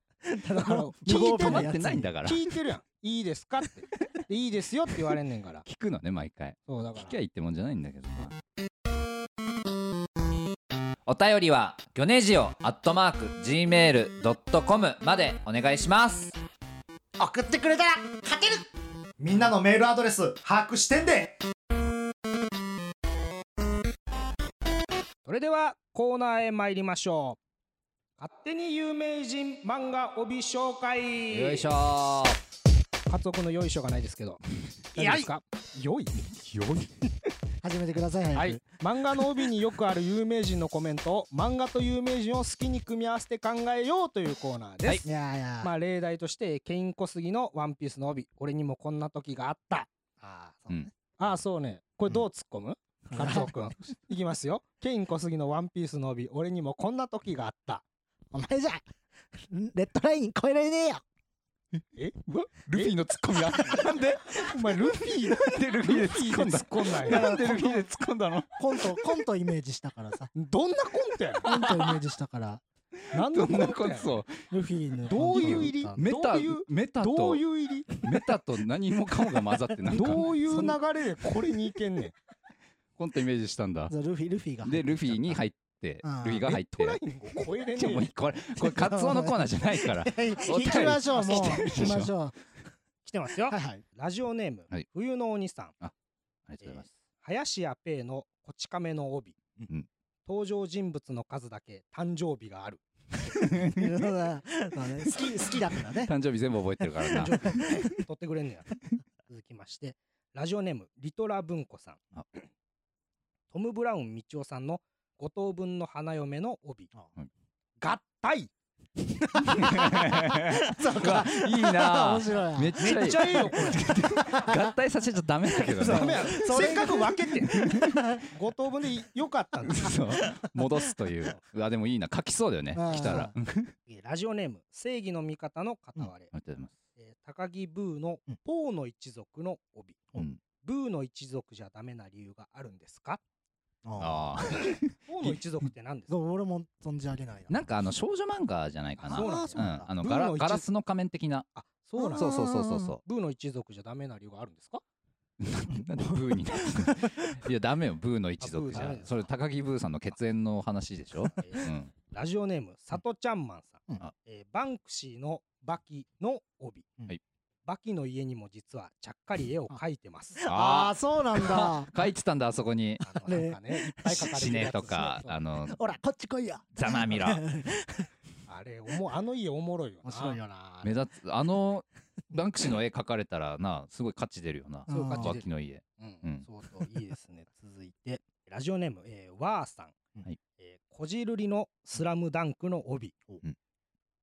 Speaker 3: ただ
Speaker 4: あの聞いて
Speaker 2: 止
Speaker 4: も
Speaker 2: ま
Speaker 4: ら
Speaker 2: ってないんだから
Speaker 4: 聞いてるやんいいですかってでいいですよって言われんねんから
Speaker 2: 聞くのね毎回
Speaker 4: そうだか
Speaker 2: 聞
Speaker 4: ら
Speaker 2: きゃいいってもんじゃないんだけどお便りはギョネジオアットマーク Gmail.com までお願いします
Speaker 5: 送ってくれたら勝てるみんなのメールアドレス把握してんで
Speaker 4: それではコーナーへ参りましょう勝手に有名人漫画帯紹介
Speaker 2: よいしょー
Speaker 4: カツオ君のよいしょがないですけど
Speaker 5: い
Speaker 4: 大
Speaker 5: や
Speaker 4: 丈夫
Speaker 5: い
Speaker 4: ですかよい
Speaker 3: 始めてください早く
Speaker 4: はい漫画の帯によくある有名人のコメントを漫画と有名人を好きに組み合わせて考えようというコーナーです、
Speaker 3: いやいや
Speaker 4: まあ例題としてケインコスギのワンピースの帯俺にもこんな時があった
Speaker 3: あ
Speaker 2: う
Speaker 3: ーそ
Speaker 2: ん
Speaker 4: ああそうねこれどう突っ込む、
Speaker 3: う
Speaker 4: カツオ君いきますよケインコスギのワンピースの帯俺にもこんな時があった
Speaker 3: お前じゃレッドライン超えられねえよ
Speaker 4: えわ
Speaker 2: ルフィのツッコミはなんで
Speaker 4: お前ルフィ
Speaker 2: なんでルフィで突っ込んだ
Speaker 4: 突っ込んだんや
Speaker 2: なんでルフィで突っ込んだの
Speaker 3: コント コントイメージしたからさ
Speaker 4: どんなコントや
Speaker 3: コントイメージしたから
Speaker 4: 何の
Speaker 2: どん
Speaker 4: コ
Speaker 2: な
Speaker 4: ント
Speaker 2: こ
Speaker 4: や
Speaker 2: と
Speaker 3: ルフィの
Speaker 4: どういう入り
Speaker 2: メタ
Speaker 4: どういう
Speaker 2: メタ
Speaker 4: ど
Speaker 2: と
Speaker 4: ういう入り
Speaker 2: メタと何もかもが混ざってなんか
Speaker 4: どういう
Speaker 2: そんな
Speaker 4: 流れでこれにいけんねん
Speaker 2: コントイメージしたんだ
Speaker 3: そうルフィルフィが
Speaker 2: でルフィに入って
Speaker 3: あー
Speaker 2: ルフィが入っ
Speaker 4: ト
Speaker 2: て
Speaker 4: ラインを超えれね
Speaker 2: ちょもういこれこれカツオのコーナーじゃないからお便り
Speaker 3: 行きましょうもう
Speaker 2: 来てるでしょ
Speaker 3: 行きましょう
Speaker 4: 来てますよ
Speaker 3: はいはい
Speaker 4: ラジオネーム、
Speaker 2: はい
Speaker 4: 冬の鬼さん
Speaker 2: ありがとうございます
Speaker 4: 林家ペーのこち亀の帯、
Speaker 2: うん
Speaker 4: 登場人物の数だけ誕生日がある
Speaker 3: そうだ そうね好き好きだ からね
Speaker 2: 誕生日全部覚えてるからな
Speaker 4: 取ってくれんね や続きましてラジオネームリトラ文庫さん
Speaker 2: あ
Speaker 4: トム・ブラウン道夫さんの五等分の花嫁の帯
Speaker 2: うん
Speaker 4: 合体
Speaker 2: う
Speaker 3: そう
Speaker 2: わ
Speaker 3: か
Speaker 2: いいな
Speaker 3: 面白いな
Speaker 2: めっちゃい
Speaker 4: めっ
Speaker 2: い
Speaker 4: ちゃええよこれ
Speaker 2: 合体させちゃダメだけど
Speaker 4: ダメ
Speaker 2: ね
Speaker 4: や
Speaker 3: それ
Speaker 4: せっかく分けて 五等分でよかったんです
Speaker 2: そう戻すといううわでもいいな書きそうだよね
Speaker 3: あー
Speaker 2: 来たらうんあり
Speaker 4: えーラジオネーム正義の味方の片割れ、
Speaker 2: がとうございます
Speaker 4: えー高木ブーの
Speaker 3: うん
Speaker 4: ポーの一族の帯、
Speaker 2: うん
Speaker 4: ブーの一族じゃダメな理由があるんですか
Speaker 3: あ
Speaker 2: あー
Speaker 4: ポーの一族って何です
Speaker 3: そ
Speaker 4: か
Speaker 3: う俺も存じ上げない
Speaker 2: なんかあの少女漫画じゃないかな
Speaker 4: そうなんだ
Speaker 3: あーそうなんだ
Speaker 2: あの
Speaker 4: ブーの
Speaker 2: ガラ
Speaker 4: 一
Speaker 2: ガラスの仮面的な
Speaker 4: あそうなん
Speaker 2: そ
Speaker 4: だ
Speaker 2: うそうそうそうそ
Speaker 4: ブーの一族じゃダメな理由があるんですか
Speaker 2: うなんでブーになってんのいやダメよブーの一族じ
Speaker 4: あブーダ
Speaker 2: ゃ
Speaker 4: メですか
Speaker 2: それ高木ブーさんの血縁の話でしょ
Speaker 4: えー
Speaker 2: うん
Speaker 4: ラジオネームさとちゃんまんさん、
Speaker 3: うん
Speaker 2: あ
Speaker 4: えーバンクシーのバキの帯、
Speaker 2: はい
Speaker 4: バキの家にも実はちゃっかり絵を描いてます
Speaker 3: あ
Speaker 2: あ
Speaker 3: あそうなん だ
Speaker 2: ー書いてたんだあそこに
Speaker 4: あのなんかねいっぱい描かれてるやつ
Speaker 2: 死ねとか
Speaker 4: そうそう
Speaker 2: あの
Speaker 3: ほらこっち来いよ
Speaker 2: ざまあみろ
Speaker 4: あれおもあの家おもろいよな
Speaker 3: 面白いよな
Speaker 2: 目立つあのバンクシーの絵描かれたら なすごい価値出るよな
Speaker 4: そういう感
Speaker 3: あー
Speaker 4: じで
Speaker 2: 脇の家
Speaker 4: うん
Speaker 2: うん
Speaker 4: 相当いいですね続いてラジオネーム、えー、ワーさん、
Speaker 2: はい
Speaker 4: えーこじるりのスラムダンクの帯、
Speaker 2: ん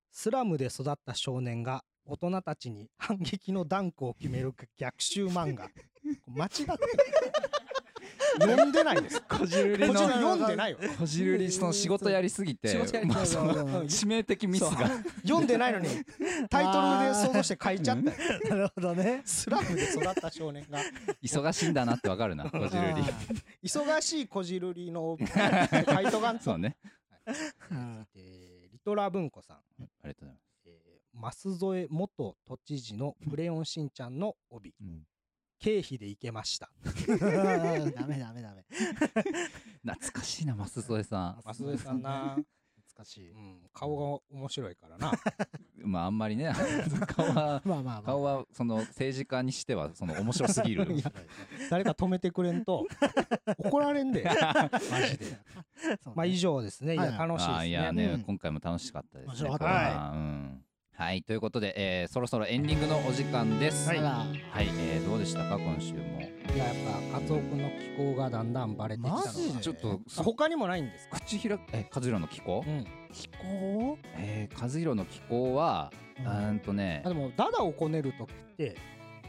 Speaker 4: スラムで育った少年が大人たちに反撃のダンクを決める逆襲漫 画間違ってる 読んでないです
Speaker 2: こじ
Speaker 4: こじる
Speaker 2: るり
Speaker 4: り
Speaker 2: の
Speaker 4: 読んでないよ
Speaker 2: こじるりその仕事やりす ぎて
Speaker 4: 仕事やり
Speaker 2: まあ
Speaker 4: そ
Speaker 2: そうの
Speaker 4: うん
Speaker 2: 致命的ミスが
Speaker 4: 読んでないのにタイトルで想像して書いちゃったよ
Speaker 3: なるほどね。
Speaker 4: スラムで育った少年が
Speaker 2: 忙しいんだなってわか るなこじるり
Speaker 3: あ
Speaker 4: 忙しいこじるりの帯って書いとかん
Speaker 2: そ
Speaker 4: と
Speaker 2: うね
Speaker 3: ーうん
Speaker 4: えーリトラ文庫さん
Speaker 2: ありがとうございます
Speaker 4: えー舛添元都知事の「クレヨンしんちゃん」の帯
Speaker 2: うん
Speaker 4: 「経費でいけました
Speaker 3: ダメダメダメ。
Speaker 2: 懐かしいな舛添さ」
Speaker 4: 舛添さんな
Speaker 3: 懐かし
Speaker 4: う
Speaker 3: い。
Speaker 4: ん顔が面白いからな
Speaker 2: んまああんまりね 顔は
Speaker 3: まあまあまあ
Speaker 2: 顔。はその政治家にしてはその面白すぎ る
Speaker 4: いや誰か止めてくれんと怒られんでマジで
Speaker 3: そうね
Speaker 4: まあ以上ですねいや
Speaker 3: はいはい
Speaker 4: 楽しい
Speaker 2: あ
Speaker 4: です
Speaker 2: ーい
Speaker 4: ね
Speaker 2: やね、
Speaker 3: うん
Speaker 2: 今回も楽しかったですね
Speaker 3: 面白かった
Speaker 2: これはうんはいということで、えーそろそろエンディングのお時間です
Speaker 3: あ
Speaker 2: はい、
Speaker 3: ら
Speaker 2: えーどうでしたか今週も
Speaker 4: いややっぱカツオ君の気候がだんだんバレてきたの
Speaker 3: マジ
Speaker 4: が
Speaker 3: で
Speaker 2: ちょっと
Speaker 4: あ他にもないんですか
Speaker 2: 口開くえ和弘の気候、
Speaker 4: うん
Speaker 3: 気候
Speaker 2: えー、和弘の気候はうーんとね
Speaker 4: あでもダダをこねる時って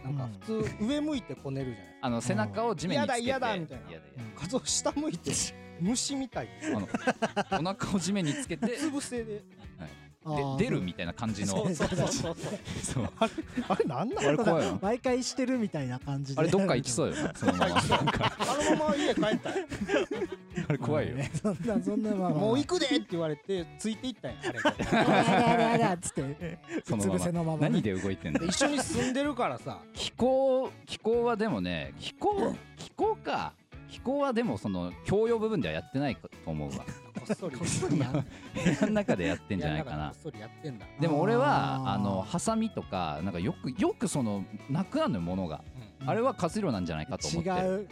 Speaker 4: なんか普通上向いてこねるじゃないです
Speaker 2: あの背中を地面につけて
Speaker 4: 嫌だ嫌だみたいな
Speaker 2: 嫌だ嫌
Speaker 4: かカツオ下向いて虫みたい
Speaker 2: だあのお腹を地面につけてで
Speaker 4: つぶせで
Speaker 2: 出るみたいな感じの
Speaker 3: そうそうそう
Speaker 2: そう
Speaker 4: あれなんな
Speaker 2: あ
Speaker 4: の
Speaker 2: れ怖いよ
Speaker 3: 毎回してるみたいな感じで。
Speaker 2: あれどっか行き
Speaker 3: う。
Speaker 2: そうよなそのままなんか
Speaker 4: あのまま家帰ったよ
Speaker 2: あれ怖いよ。
Speaker 3: そんな、そんな、まあまあ。
Speaker 4: もう行くでって言われてついていったんやあれが
Speaker 3: あらあらあらっつって。
Speaker 2: その
Speaker 3: うつ伏せの
Speaker 2: まま
Speaker 3: ままね
Speaker 2: 何で動いてんの
Speaker 4: で一緒に住んでるからさ
Speaker 2: 気候気候はでもね気候気候か気候はでもその教養部分ではやってないかと思うわ
Speaker 4: こっそり
Speaker 3: こっそりやん。
Speaker 2: 部屋の中でやってんじゃないか
Speaker 4: 部屋の中
Speaker 2: な
Speaker 4: でこっそりやってんだ、
Speaker 2: でも俺は
Speaker 3: あー
Speaker 2: あのハサミとかなんかよくよくそのなくなるものが、あれは活量なんじゃないかと思って
Speaker 3: 違
Speaker 2: る
Speaker 3: う。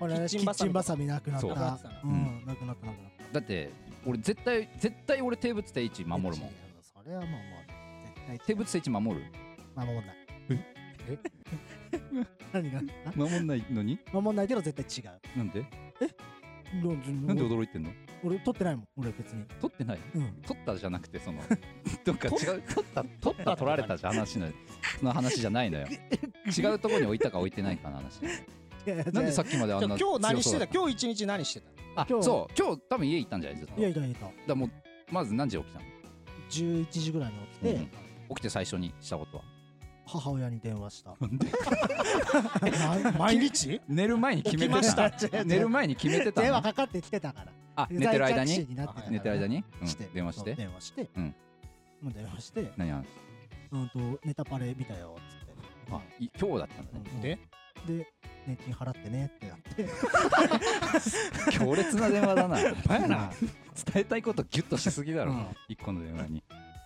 Speaker 3: これ
Speaker 4: キ
Speaker 3: キ
Speaker 4: ッチンバ
Speaker 3: ッ
Speaker 4: サミ
Speaker 3: チンバサミなくなっ
Speaker 2: そう
Speaker 3: た。
Speaker 4: う
Speaker 3: うんん、なくなったなくなっ
Speaker 2: だって俺絶対絶対俺手仏定位置
Speaker 3: た。
Speaker 2: 守るもん
Speaker 3: いや。それはもう、もう、絶対
Speaker 2: 手仏定位置守る
Speaker 3: 守んない。
Speaker 4: え
Speaker 3: 何があ
Speaker 2: 守んないのに
Speaker 3: 守んないけど絶対違う。
Speaker 2: なんで
Speaker 3: なんで
Speaker 2: なんで驚いてんの
Speaker 3: 俺取ってないもん俺別に
Speaker 2: 取ってない
Speaker 3: うん
Speaker 2: 取ったじゃなくてその どっか違う取った取った取られたじゃ話のその話じゃ ないのよ違うところに置いたか置いてないかの話なんでさっきまであ
Speaker 4: じ
Speaker 2: ん
Speaker 4: ゃ
Speaker 2: な
Speaker 4: あ今日何して
Speaker 2: 強そうだ
Speaker 4: た
Speaker 2: った
Speaker 4: 今日一日何してた
Speaker 2: あ
Speaker 3: 今日
Speaker 2: そう今日多分家行ったんじゃないずっと
Speaker 3: いや
Speaker 2: だ
Speaker 3: い
Speaker 2: か
Speaker 3: たいた
Speaker 2: らもうまず何時起きたの
Speaker 3: 11時ぐらいに起きて、
Speaker 2: うん起きて最初にしたことは
Speaker 3: 母親に電話した
Speaker 2: んで
Speaker 4: 毎日
Speaker 2: 寝る前に決め
Speaker 4: 起 きま
Speaker 2: て
Speaker 4: したた
Speaker 3: 違う違う
Speaker 2: 寝る前に決めてた
Speaker 3: 電話
Speaker 2: の
Speaker 3: かかってきてたから
Speaker 2: あ寝てる間
Speaker 3: 在宅
Speaker 2: に
Speaker 3: 死なってたから
Speaker 2: 寝てる間に、うん
Speaker 3: して
Speaker 2: 電話し
Speaker 3: そう
Speaker 2: て
Speaker 3: 電話して
Speaker 2: うん
Speaker 3: もう電話して
Speaker 2: 何話
Speaker 3: うんとネタパレ見たよっつって
Speaker 2: あい今日だったんだね
Speaker 3: うん
Speaker 4: で
Speaker 3: で年金払ってねってなって
Speaker 2: 強烈な電話だな
Speaker 4: バやな
Speaker 2: 伝えたいことギュッとしすぎだろ、
Speaker 3: うん
Speaker 2: 一個の電話に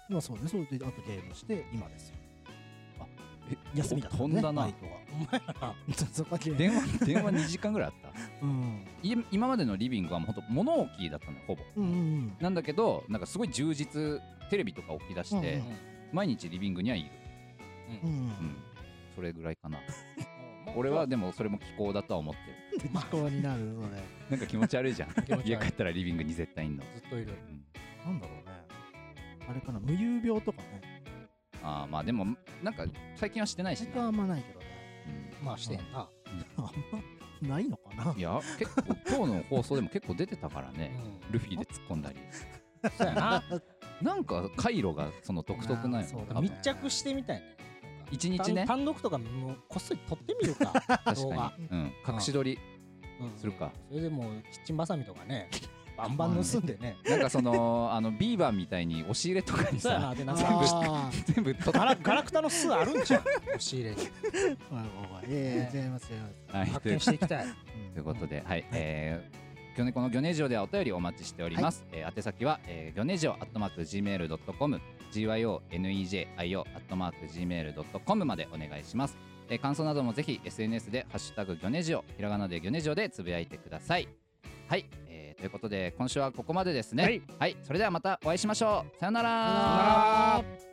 Speaker 3: まあそうねそうであとゲームして今ですよ
Speaker 2: え
Speaker 3: 休みだった
Speaker 2: 飛
Speaker 3: ね
Speaker 2: んだ
Speaker 3: バ
Speaker 2: な
Speaker 3: イトは そそこだけ
Speaker 2: 電話電話2時間ぐらいあった
Speaker 3: うん
Speaker 2: い今までのリビングはもうほんと物置だったのよほぼ
Speaker 3: うんうん
Speaker 2: なんだけどなんかすごい充実テレビとか置き出して、
Speaker 3: うんうん
Speaker 2: 毎日リビングにはいる、
Speaker 3: うんうん
Speaker 2: う ん、それぐらいかな俺はでもそれも気候だとは思ってる
Speaker 3: で気候になるそれ
Speaker 2: なんか気持ち悪い じゃん
Speaker 4: 気持ち
Speaker 2: 家
Speaker 4: 悪
Speaker 2: 帰
Speaker 4: い
Speaker 2: ったらリビングに絶対いんの、
Speaker 4: ずっといる
Speaker 2: うん
Speaker 3: なんだろうね。あれかな、無遊病とかね。
Speaker 2: あーまあでもなんか最近はしてないし
Speaker 3: 最近は
Speaker 2: な、
Speaker 3: あ
Speaker 2: うん。
Speaker 3: まないけどね。
Speaker 4: まあしてへんな、
Speaker 3: あんまないのかない
Speaker 2: や結構今日の放送でも結構出てたからねルフィで突っ込ん だり
Speaker 4: そうやな
Speaker 2: なんか回路がその独特なんよ
Speaker 3: あーそうだ
Speaker 2: あ
Speaker 3: ね
Speaker 4: 密着してみたいねなんか
Speaker 2: 一日ね
Speaker 4: 単単独とかもうこっそり撮ってみるか
Speaker 2: 確
Speaker 4: 動画
Speaker 2: かに、うん、隠し撮り
Speaker 4: うん
Speaker 2: するか
Speaker 4: それでもうキッチンバサミとか ねバンバン盗んでね
Speaker 2: なんかそのあのビーバーみた いに押し入れとかに
Speaker 4: そうや
Speaker 2: さ
Speaker 4: なでなんか
Speaker 3: あー
Speaker 2: 全部取っ
Speaker 4: ガラガラクタの巣あるんじゃん押し入れに
Speaker 3: おいおいおいええ違います違います
Speaker 2: はい
Speaker 4: 発
Speaker 2: とい
Speaker 4: 見
Speaker 2: う
Speaker 4: していきたい
Speaker 2: ということで、はい、えー、ギョネこのギョネジオではお便りをお待ちしております。えー宛先は、えー、ギョネジオアットマーク gmail ドットコム、g y o n e j i o アットマーク gmail ドットコムまでお願いします。えー、感想などもぜひ SNS でハッシュタグギョネジオ、ひらがなでギョネジオでつぶやいてください。はい、えー、ということで今週はここまでですね。
Speaker 4: はい、
Speaker 2: それではまたお会いしましょう。さようなら
Speaker 4: さよなら